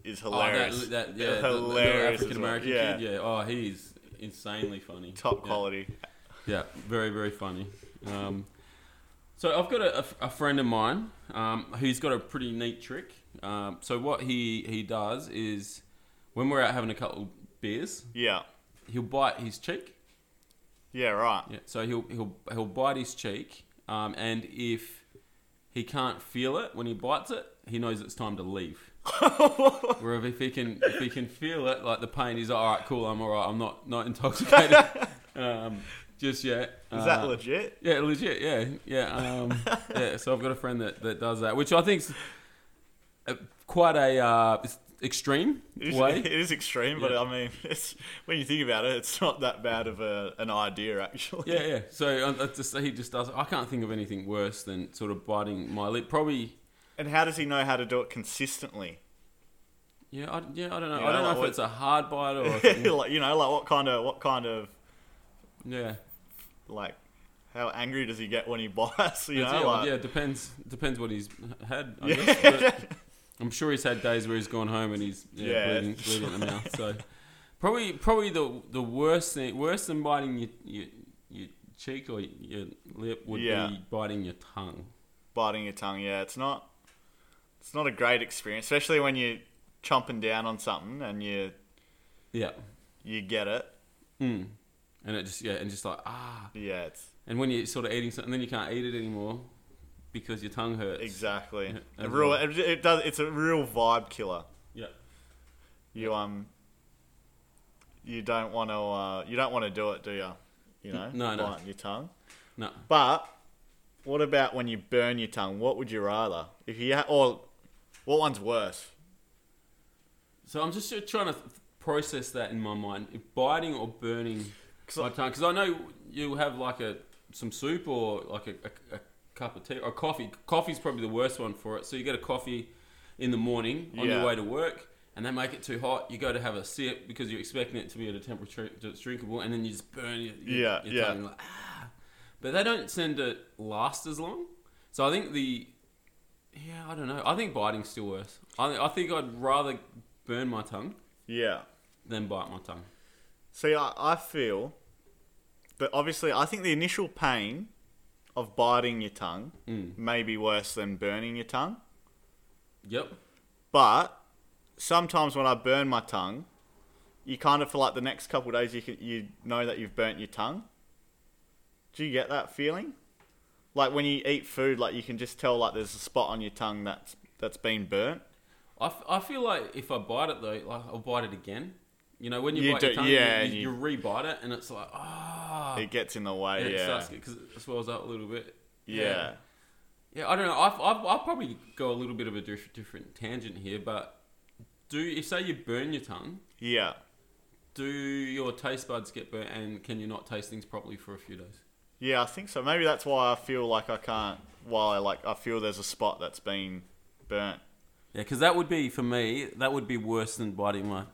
S2: is
S1: Oh, that-
S2: hilarious.
S1: that, yeah, the- the little
S2: hilarious as
S1: African American
S2: well.
S1: kid, yeah, oh, he's insanely funny,
S2: Top
S1: Yeah.
S2: quality.
S1: Yeah, very, very funny. Um, so I've got a, a- a friend of mine um, who's got a pretty neat trick. Um, so what he, he does is when we're out having a couple beers,
S2: Yeah.
S1: he'll bite his cheek.
S2: Yeah. Right. [laughs]
S1: Yeah, so he'll he'll he'll bite his cheek, um, and if he can't feel it when he bites it, he knows it's time to leave. Whereas if he can if he can feel it, like the pain, he's like, all right, cool, I'm all right, I'm not not
S2: [laughs]
S1: intoxicated um, just yet.
S2: Is that
S1: Uh,
S2: legit?
S1: yeah, legit. Yeah, yeah, um, yeah. So I've got a friend that, that does that, which I think's uh quite a uh, it's extreme
S2: It is, it
S1: way.
S2: is extreme, but
S1: Yeah.
S2: I mean, it's when you think about it, it's not that bad of a, an idea actually.
S1: [laughs] Yeah, yeah. So uh, that's just, he just does. I can't think of anything worse than sort of biting my lip. Probably.
S2: And how does he know how to do it consistently?
S1: Yeah, I, yeah. I don't know.
S2: You
S1: I don't know
S2: know,
S1: if
S2: like
S1: it's a hard bite
S2: [laughs]
S1: or. if it-
S2: like you know, like what kind of what kind of
S1: yeah.
S2: like how angry does he [laughs] get when he bites? You
S1: That's
S2: know,
S1: it.
S2: like,
S1: Oh,
S2: [laughs]
S1: yeah, it depends. Depends what he's had. I
S2: Yeah.
S1: guess.
S2: [laughs]
S1: But I'm sure he's had days where he's gone home and he's yeah,
S2: Yeah.
S1: bleeding, bleeding in the mouth. So probably probably the the worst thing, worse than biting your your, your cheek or your lip would
S2: Yeah.
S1: be biting your tongue.
S2: biting your tongue. Yeah, it's not it's not a great experience, especially when you're chomping down on something and you
S1: Yeah.
S2: you get it.
S1: Mm. And it just yeah, and just like ah,
S2: Yeah, it's
S1: and when you're sort of eating something, then you can't eat it anymore because your tongue hurts. [laughs]
S2: exactly
S1: Yeah,
S2: a
S1: as
S2: real.
S1: well.
S2: It, it does. It's a real vibe killer.
S1: Yeah.
S2: You um. You don't want to. Uh, you don't want to do it, do you? You know,
S1: No, no.
S2: biting your tongue.
S1: No.
S2: But What about when you burn your tongue? What would you rather? If you ha- or what one's worse?
S1: So I'm just trying to th- process that in my mind. If biting or burning
S2: Cause
S1: my
S2: I-
S1: tongue, because I know you have like a some soup or like a, a, a cup of tea or coffee. Coffee's probably the worst one for it. So you get a coffee in the morning on
S2: Yeah.
S1: your way to work, and they make it too hot. You go to have a sip because you're expecting it to be at a temperature that's drinkable, and then you just burn your, your,
S2: Yeah,
S1: your
S2: yeah.
S1: tongue. Like, "Ah." But they don't tend to last as long. So I think the yeah, I don't know. I think biting's still worse. I, I think I'd rather burn my tongue
S2: Yeah.
S1: than bite my tongue.
S2: See, I, I feel that obviously, I think the initial pain of biting your tongue
S1: Mm.
S2: may be worse than burning your tongue.
S1: Yep.
S2: But sometimes when I burn my tongue, you kind of feel like the next couple of days you can, you know that you've burnt your tongue. Do you get that feeling? Like when you eat food, like you can just tell like there's a spot on your tongue that's that's been burnt.
S1: I, f- I feel like if I bite it though, like I'll bite it again. You know, when you,
S2: You
S1: bite
S2: do-
S1: your tongue,
S2: yeah,
S1: you,
S2: and
S1: you,
S2: you-
S1: you re-bite it, and it's like ah,
S2: It gets in the
S1: and
S2: way.
S1: it
S2: Yeah,
S1: starts because it swells up a little bit.
S2: yeah,
S1: Yeah, I don't know. I I I'll probably go a little bit of a diff- different tangent here, but do if say you burn your tongue,
S2: yeah.
S1: do your taste buds get burnt, and can you not taste things properly for a few days?
S2: Yeah, I think so. Maybe that's why I feel like I can't. While I like, I feel there's a spot that's been burnt.
S1: Yeah, because that would be for me. That would be worse than biting my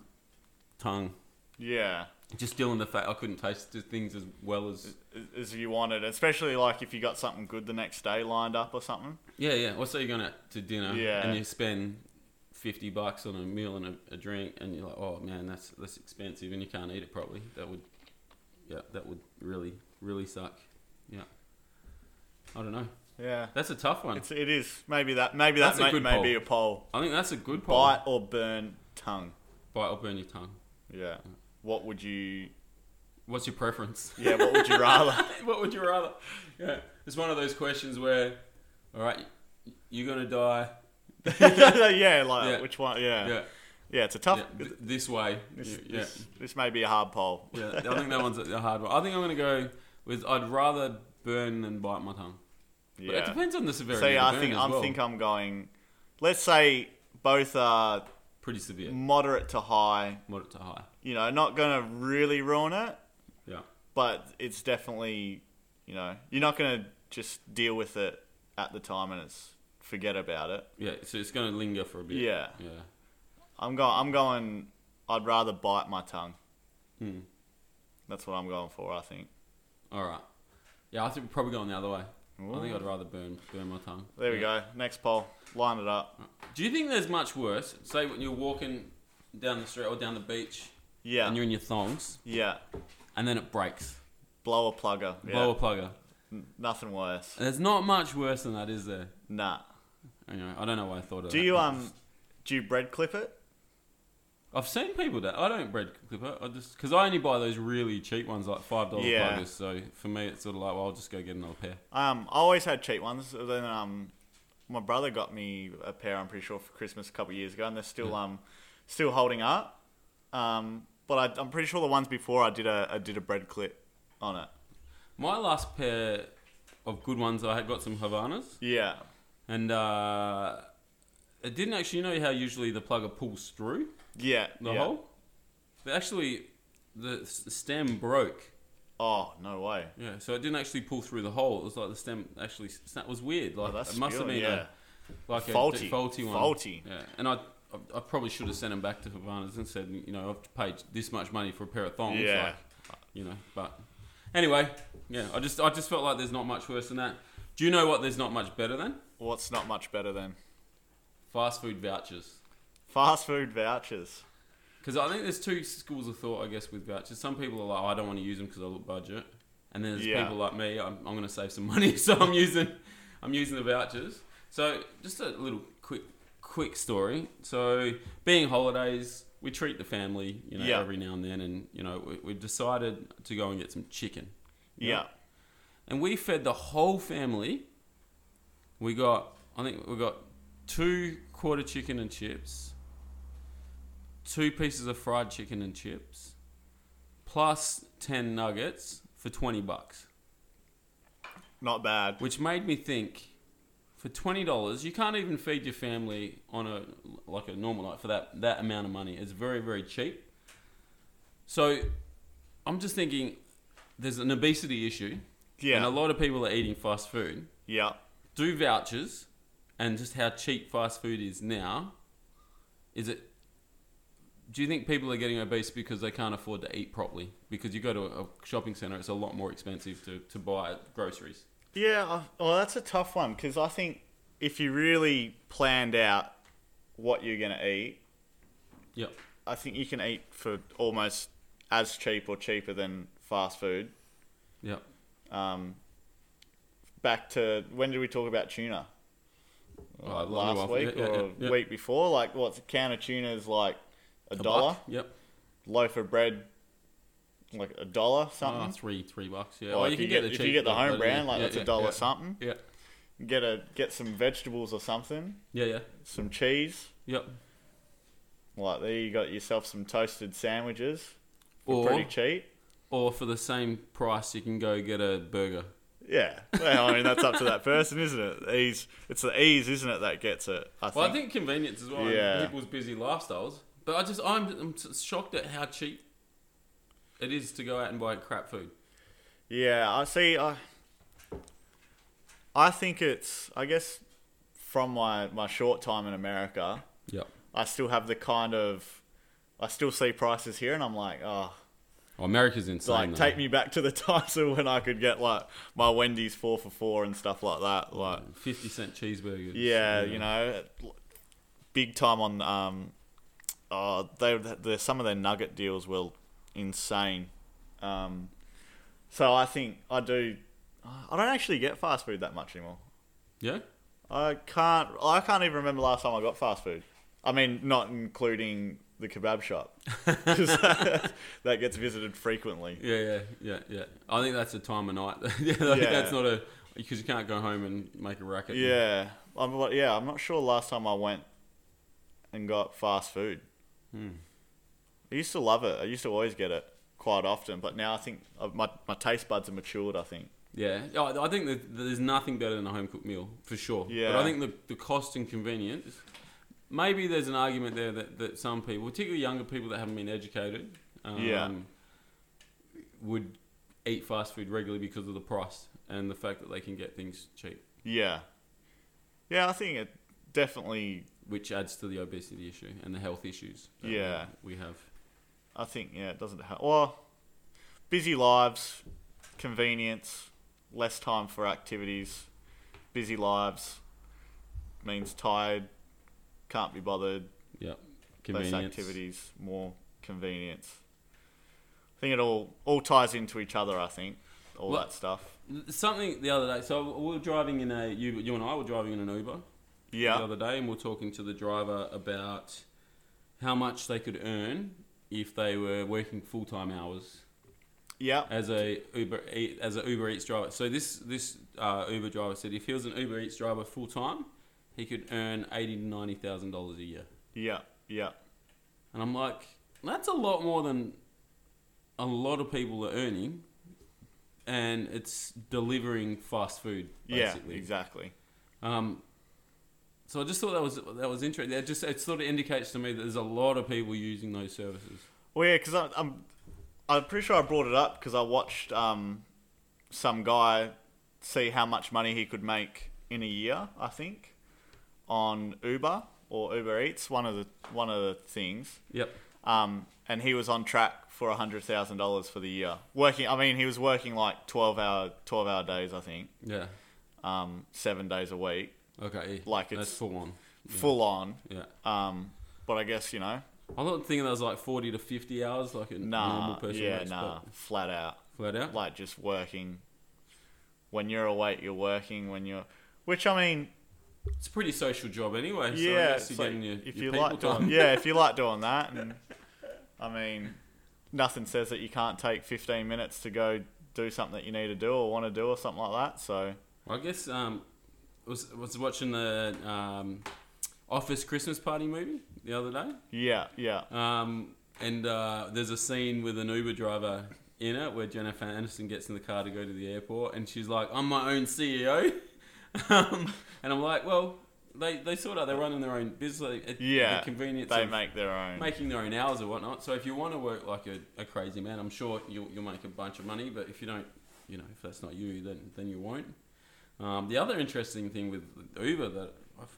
S1: tongue.
S2: Yeah,
S1: Just dealing with the fact I couldn't taste the things as well as
S2: as- as you wanted, especially like if you got something good the next day lined up or something.
S1: yeah, yeah. Or say you're going out to dinner
S2: Yeah.
S1: and you spend fifty bucks on a meal and a, a drink, and you're like, oh man, that's that's expensive, and you can't eat it properly. That would, yeah, that would really really suck. Yeah, I don't know.
S2: Yeah,
S1: That's a tough one.
S2: it's it is maybe that maybe that
S1: That's a
S2: may,
S1: good
S2: may
S1: poll.
S2: be a poll.
S1: I think that's a good poll.
S2: Bite or burn tongue.
S1: Bite or burn your tongue.
S2: Yeah. What would you?
S1: What's your preference?
S2: Yeah. What would you rather?
S1: [laughs]
S2: [laughs]
S1: what would you rather? Yeah, it's one of those questions where, all right, you're gonna
S2: [laughs]
S1: die. [laughs]
S2: yeah. Like
S1: Yeah.
S2: which one? Yeah. yeah.
S1: Yeah,
S2: It's a tough.
S1: yeah, th- this way.
S2: This,
S1: yeah,
S2: This, this may be a hard poll.
S1: yeah. I think that one's a hard one. I think I'm gonna go with I'd rather burn than bite my tongue. But it
S2: [laughs] Yeah.
S1: depends on the severity.
S2: See,
S1: of the
S2: I
S1: burn
S2: think
S1: as
S2: I'm
S1: well.
S2: think I'm going. Let's say both are
S1: pretty
S2: Mm.
S1: severe,
S2: moderate to high.
S1: moderate to high.
S2: You know, not gonna really ruin it,
S1: Yeah,
S2: but it's definitely, you know, you're not gonna just deal with it at the time and it's forget about it.
S1: yeah. So it's gonna linger for a bit.
S2: Yeah,
S1: yeah.
S2: I'm going. I'm going. I'd rather bite my tongue.
S1: Hmm.
S2: That's what I'm going for. I think.
S1: All right. Yeah, I think we're probably going the other way. I think
S2: Ooh.
S1: I'd rather burn burn my tongue.
S2: There we
S1: Yeah.
S2: go. Next poll. Line it up.
S1: Do you think there's much worse? Say when you're walking down the street or down the beach
S2: Yeah.
S1: and you're in your thongs
S2: yeah.
S1: and then it breaks.
S2: Blow a plugger. Yeah.
S1: Blow a Uh, plugger.
S2: N- Nothing worse.
S1: There's not much worse than that, is there?
S2: Nah.
S1: Anyway, I don't know why I thought of
S2: Do
S1: that.
S2: you um? Do you bread clip it?
S1: I've seen people that I don't bread clipper. I just because I only buy those really cheap ones, like five dollar
S2: Yeah.
S1: pluggers. So for me, it's sort of like, well, I'll just go get another pair.
S2: Um, I always had cheap ones. and Then um, my brother got me a pair. I'm pretty sure for Christmas a couple of years ago, and they're still um, still holding up. Um, but I, I'm pretty sure the ones before I did a I did a bread clip on it.
S1: My last pair of good ones, I had got some Havanas,
S2: Yeah,
S1: and uh, it didn't actually. You know how usually the plugger pulls through.
S2: yeah,
S1: the
S2: yeah.
S1: hole. But actually, the s- stem broke.
S2: Oh no way!
S1: Yeah, so it didn't actually pull through the hole. It was like the stem actually. s- That was weird.
S2: Oh,
S1: Like
S2: that's
S1: it must have
S2: good,
S1: been
S2: yeah.
S1: a like a
S2: Faulty.
S1: d- faulty one.
S2: Faulty.
S1: Yeah, and I. I- I probably should have sent them back to Havana's and said, you know, I've paid this much money for a pair of thongs,
S2: Yeah.
S1: like, you know. But anyway, yeah, I just, I just felt like there's not much worse than that. Do you know what there's not much better than
S2: What's not much better than
S1: fast food vouchers?
S2: fast food vouchers?
S1: Because I think there's two schools of thought, I guess, with vouchers. Some people are like, oh, I don't want to use them because I look budget, and then there's
S2: Yeah.
S1: people like me. I'm, I'm going to save some [laughs] money, so I'm using, I'm using the vouchers. So just a little quick, quick story. So being holidays, we treat the family, you know,
S2: Yeah.
S1: every now and then, and you know, we, we decided to go and get some chicken,
S2: Yeah,
S1: and we fed the whole family. We got, I think we got two quarter chicken and chips, two pieces of fried chicken and chips, plus 10 nuggets for 20 bucks.
S2: Not bad.
S1: which made me think for twenty dollars you can't even feed your family on a like a normal night for that that amount of money it's very very cheap so i'm just thinking there's an obesity issue and a
S2: Yeah.
S1: lot of people are eating fast food
S2: Yeah.
S1: do vouchers and just how cheap fast food is now is it do you think people are getting obese because they can't afford to eat properly because you go to a shopping center it's a lot more expensive to, to buy groceries
S2: Yeah, I- well, that's a tough one because I think if you really planned out what you're going to eat,
S1: yeah
S2: I think you can eat for almost as cheap or cheaper than fast food.
S1: yeah
S2: Um, back to when did we talk about tuna?
S1: Oh,
S2: Uh, Last
S1: lovely.
S2: week
S1: Yeah, yeah,
S2: or
S1: yeah, yeah.
S2: week before? Like, what's a can of tuna is like a, dollar,
S1: buck? Yep.
S2: loaf of bread, like a dollar
S1: Ah,
S2: something.
S1: three three bucks. Yeah.
S2: Or
S1: Well,
S2: if you get, if you get the
S1: one,
S2: home
S1: but,
S2: brand, like
S1: yeah,
S2: that's
S1: yeah,
S2: a dollar
S1: yeah.
S2: something.
S1: Yeah.
S2: Get a get some vegetables or something,
S1: Yeah. Yeah.
S2: some cheese.
S1: Yep.
S2: Like there, you got yourself some toasted sandwiches for
S1: Or
S2: pretty cheap.
S1: or for the same price, you can go get a burger.
S2: Yeah, well, I mean that's up to that person, isn't it? Ease, it's the ease, isn't it, that gets it. I think.
S1: Well, I think convenience as well. and
S2: Yeah.
S1: People's busy lifestyles. But I just I'm, I'm s- shocked at how cheap it is to go out and buy crap food.
S2: Yeah, I see. I, I think it's. I guess from my my short time in America,
S1: Yep.
S2: I still have the kind of. I still see prices here, and I'm like, oh,
S1: Oh, America's
S2: it's
S1: insane.
S2: like
S1: though.
S2: take me back to the [laughs] times of when I could get like my Wendy's four for four and stuff like that. Like,
S1: Um, fifty cent cheeseburgers.
S2: Yeah, you know, big time on. Um, oh, they the, some of their nugget deals were insane. Um, so I think I do. I don't actually get fast food that much anymore. [laughs]
S1: Yeah. [laughs]
S2: I can't. I can't even remember last time I got fast food. I mean, not including the kebab shop, [laughs] 'Cause that gets visited frequently.
S1: Yeah, yeah, yeah, yeah. I think that's a time of night. [laughs] yeah, like,
S2: Yeah.
S1: that's not a because you can't go home and make a racket.
S2: Yeah, I'm, well, yeah. I'm not sure last time I went and got fast food.
S1: Hmm.
S2: I used to love it. I used to always get it quite often, but now I think uh, my my taste buds are matured. I think.
S1: Yeah, Oh, I I think that there's nothing better than a home cooked meal for sure. but
S2: Yeah.
S1: I think the, the cost and convenience. Maybe there's an argument there that, that some people, particularly younger people that haven't been educated, um,
S2: Yeah.
S1: would eat fast food regularly because of the price and the fact that they can get things cheap,
S2: Yeah, yeah. I think it definitely.
S1: which adds to the obesity issue and the health issues. that
S2: Yeah.
S1: we have.
S2: I think yeah, it doesn't help. Well, busy lives, convenience, less time for activities, busy lives means tired, can't be bothered.
S1: Yep,
S2: less
S1: convenience.
S2: activities, more convenience. I think it all all ties into each other. I think all
S1: Well-
S2: that stuff.
S1: Something the other day. So we were driving in a you, you and I were driving in an Uber. the
S2: Yeah,
S1: other day, and we are talking to the driver about how much they could earn if they were working full time hours
S2: yeah,
S1: as a Uber Eat- as a Uber Eats driver. So this this uh, Uber driver said if he was an Uber Eats driver full time, he could earn eighty to ninety thousand dollars a year.
S2: yeah, yeah,
S1: And I'm like, that's a lot more than a lot of people are earning, and it's delivering fast food.
S2: yeah.
S1: Basically.
S2: Exactly.
S1: Um, so I just thought that was that was interesting. It just it sort of indicates to me that there's a lot of people using those services.
S2: Well, yeah, because I'm I'm pretty sure I brought it up because I watched um some guy see how much money he could make in a year. I think on Uber or Uber Eats, one of the one of the things.
S1: Yep.
S2: Um, and he was on track for hundred thousand dollars for the year. Working, I mean, he was working like twelve hour twelve hour days, I think,
S1: Yeah.
S2: um, seven days a week,
S1: Okay.
S2: Like
S1: that's
S2: it's-
S1: full on.
S2: full on.
S1: Yeah.
S2: Um, but I guess you know,
S1: I'm not thinking that was like 40 to 50 hours, like a normal
S2: nah,
S1: person.
S2: yeah,
S1: makes,
S2: nah, flat out,
S1: but Flat out.
S2: like just working. When you're awake, you're working. When you're, which I mean,
S1: It's a pretty social job anyway. So I
S2: yeah,
S1: guess
S2: it's
S1: you're
S2: like,
S1: getting your,
S2: if
S1: your
S2: you
S1: people
S2: like
S1: time.
S2: doing, yeah, if you like doing that, and I mean, nothing says that you can't take fifteen minutes to go do something that you need to do or want to do or something like that. So.
S1: I guess um, was was watching the um, Office Christmas Party movie the other day.
S2: Yeah, yeah,
S1: Um, and uh, there's a scene with an Uber driver in it where Jennifer Aniston gets in the car to go to the airport and she's like, I'm my own CEO. [laughs] um, and I'm like, well, they, they sort of, they're running their own business. Like, at
S2: Yeah,
S1: The convenience
S2: They
S1: of
S2: make their own.
S1: making their own hours or whatnot. So if you want to work like a, a crazy man, I'm sure you'll, you'll make a bunch of money. But if you don't, you know, if that's not you, then, then you won't. Um, the other interesting thing with Uber that I've,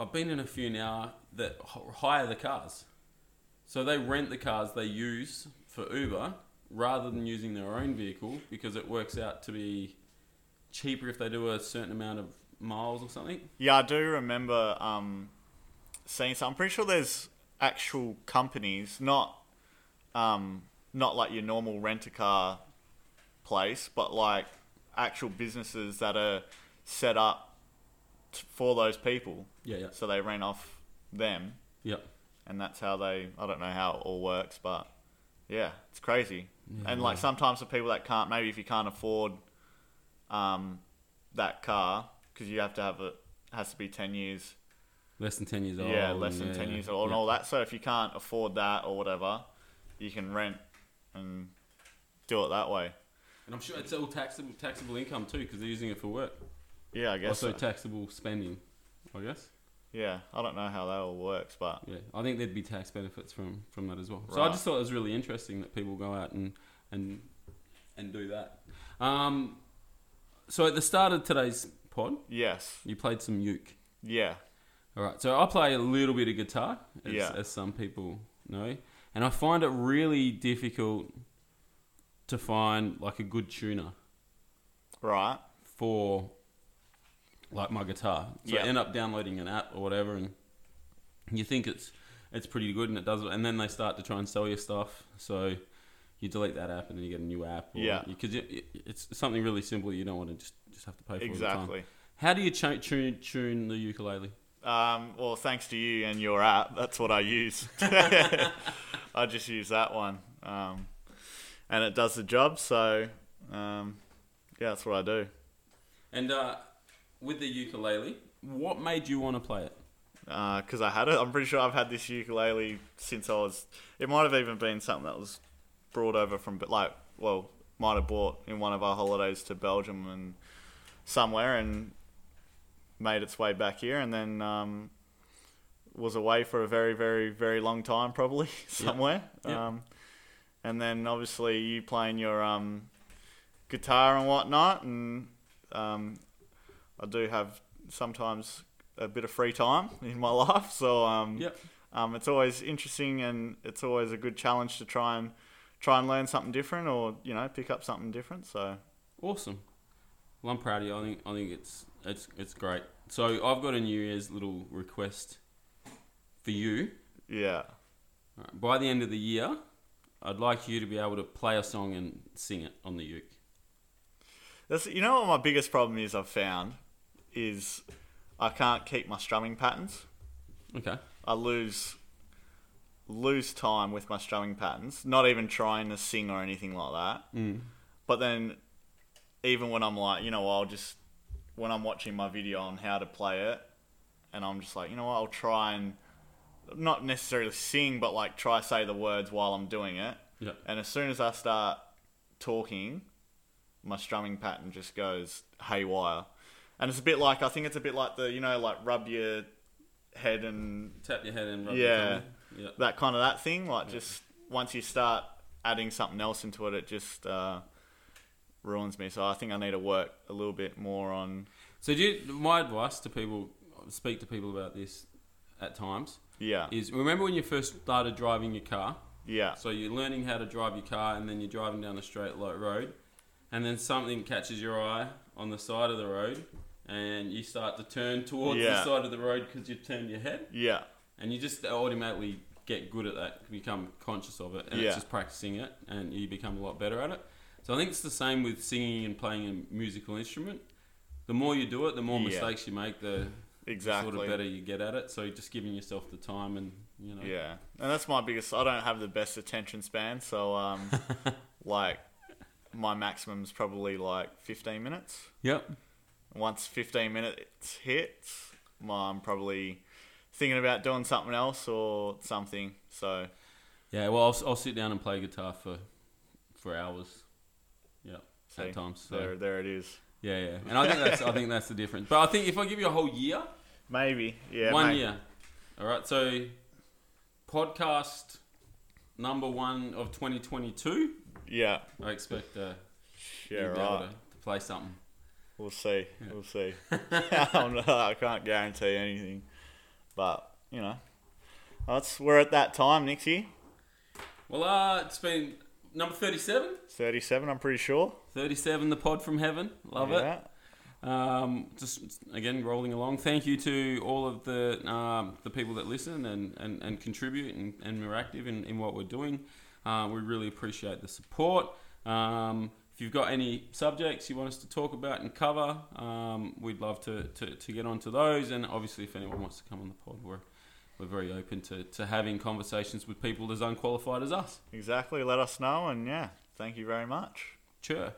S1: I've been in a few now that h- hire the cars. So they rent the cars they use for Uber rather than using their own vehicle because it works out to be cheaper if they do a certain amount of miles or something.
S2: Yeah, I do remember um, seeing some. I'm pretty sure there's actual companies, not um, not like your normal rent a car place, but like actual businesses that are set up t- for those people.
S1: Yeah, yeah.
S2: So they rent off them,
S1: Yeah.
S2: and that's how they. I don't know how it all works, but yeah, it's crazy. And like sometimes the people that can't, maybe if you can't afford um, that car, because you have to have it has to be ten years
S1: Less than 10 years old.
S2: yeah, less
S1: and
S2: than ten
S1: Oh, yeah,
S2: years old and
S1: yeah.
S2: all that. So if you can't afford that or whatever, you can rent and do it that way.
S1: And I'm sure it's all taxable taxable income too because they're using it for work.
S2: Yeah, I guess.
S1: also
S2: so.
S1: taxable spending, I guess.
S2: yeah, I don't know how that all works, but
S1: Yeah, I think there'd be tax benefits from from that as well. So I
S2: Right.
S1: just thought it was really interesting that people go out and and and do that. Um, so at the start of today's pod,
S2: yes,
S1: you played some uke.
S2: yeah,
S1: All right, so I play a little bit of guitar, as,
S2: Yeah.
S1: as some people know, and I find it really difficult to find like a good tuner.
S2: right,
S1: for like my guitar. So
S2: Yeah.
S1: I end up downloading an app or whatever, and you think it's it's pretty good and it does, and then they start to try and sell you stuff. So you delete that app and then you get a new app.
S2: Yeah.
S1: because it's something really simple. You don't want to just just have to pay for all the time.
S2: exactly.
S1: How do you cha- tune tune the ukulele?
S2: Um, well, thanks to you and your app, that's what I use. I just use that one, um, and it does the job. So um, yeah, that's what I do.
S1: And uh, with the ukulele, what made you want to play it?
S2: because Uh, I had it. I'm pretty sure I've had this ukulele since I was. It might have even been something that was brought over from, but like, well, might have bought in one of our holidays to Belgium and somewhere, and made its way back here, and then um, was away for a very, very, very long time, probably [laughs] somewhere.
S1: Yeah.
S2: Um, and then obviously you playing your um, guitar and whatnot, and um, I do have sometimes a bit of free time in my [laughs] life, so um,
S1: Yep.
S2: um, it's always interesting and it's always a good challenge to try and try and learn something different or you know pick up something different. So
S1: Awesome. Well, I'm proud of you. I think I think it's it's it's great. So I've got a New Year's little request for you.
S2: yeah,
S1: Alright, By the end of the year, I'd like you to be able to play a song and sing it on the uke.
S2: that's you know what my biggest problem is I've found is I can't keep my strumming patterns.
S1: Okay.
S2: I lose lose time with my strumming patterns. Not even trying to sing or anything like that.
S1: Mm.
S2: But then, even when I'm like, you know, I'll just when I'm watching my video on how to play it, and I'm just like, you know what, I'll try and not necessarily sing, but like try say the words while I'm doing it.
S1: Yeah.
S2: And as soon as I start talking, my strumming pattern just goes haywire. And it's a bit like I think it's a bit like the you know like rub your head and
S1: Tap your head and rub
S2: Yeah.
S1: your tummy. Yeah.
S2: that kind of that thing. Like just once you start adding something else into it, it just uh, ruins me. So I think I need to work a little bit more on.
S1: So do you, my advice to people, speak to people about this at times,
S2: Yeah,
S1: is remember when you first started driving your car?
S2: yeah,
S1: So you're learning how to drive your car, and then you're driving down a straight light road, and then something catches your eye on the side of the road, and you start to turn towards the
S2: Yeah.
S1: side of the road because you've turned your head,
S2: yeah,
S1: and you just automatically get good at that, become conscious of it, and
S2: Yeah.
S1: it's just practicing it, and you become a lot better at it. So I think it's the same with singing and playing a musical instrument. The more you do it, the more
S2: Yeah.
S1: mistakes you make, the
S2: exactly.
S1: sort of better you get at it. So just giving yourself the time, and you know,
S2: Yeah, and that's my biggest. I don't have the best attention span,
S1: [laughs]
S2: so um, like my maximum's probably like fifteen minutes.
S1: yep,
S2: Once fifteen minutes hits, I'm probably thinking about doing something else or something. So
S1: Yeah, well, I'll, I'll sit down and play guitar for for hours. Yeah,
S2: See,
S1: at times. So
S2: There, there it is.
S1: yeah, yeah, and I think that's I think that's the difference. But I think if I give you a whole year,
S2: Maybe. Yeah.
S1: one
S2: maybe.
S1: year. All right, so podcast number one of 2022.
S2: Yeah.
S1: I expect uh,
S2: Yeah.
S1: you'll be able to,
S2: Right.
S1: to play something. [laughs]
S2: We'll see. We'll see. [laughs] I'm not, I can't guarantee anything, but you know, that's we're at that time, Nixie.
S1: Well, uh, it's been number 37.
S2: Thirty-seven, I'm pretty sure.
S1: 37, the pod from heaven. Love it.
S2: yeah.
S1: Um, just again rolling along. Thank you to all of the um, the people that listen and, and, and contribute and, and are active in, in what we're doing. Uh, we really appreciate the support. Um, if you've got any subjects you want us to talk about and cover, um, we'd love to, to, to get onto those. And obviously, if anyone wants to come on the pod, we're, we're very open to, to having conversations with people as unqualified as us.
S2: Exactly. Let us know, and yeah, thank you very much.
S1: Sure.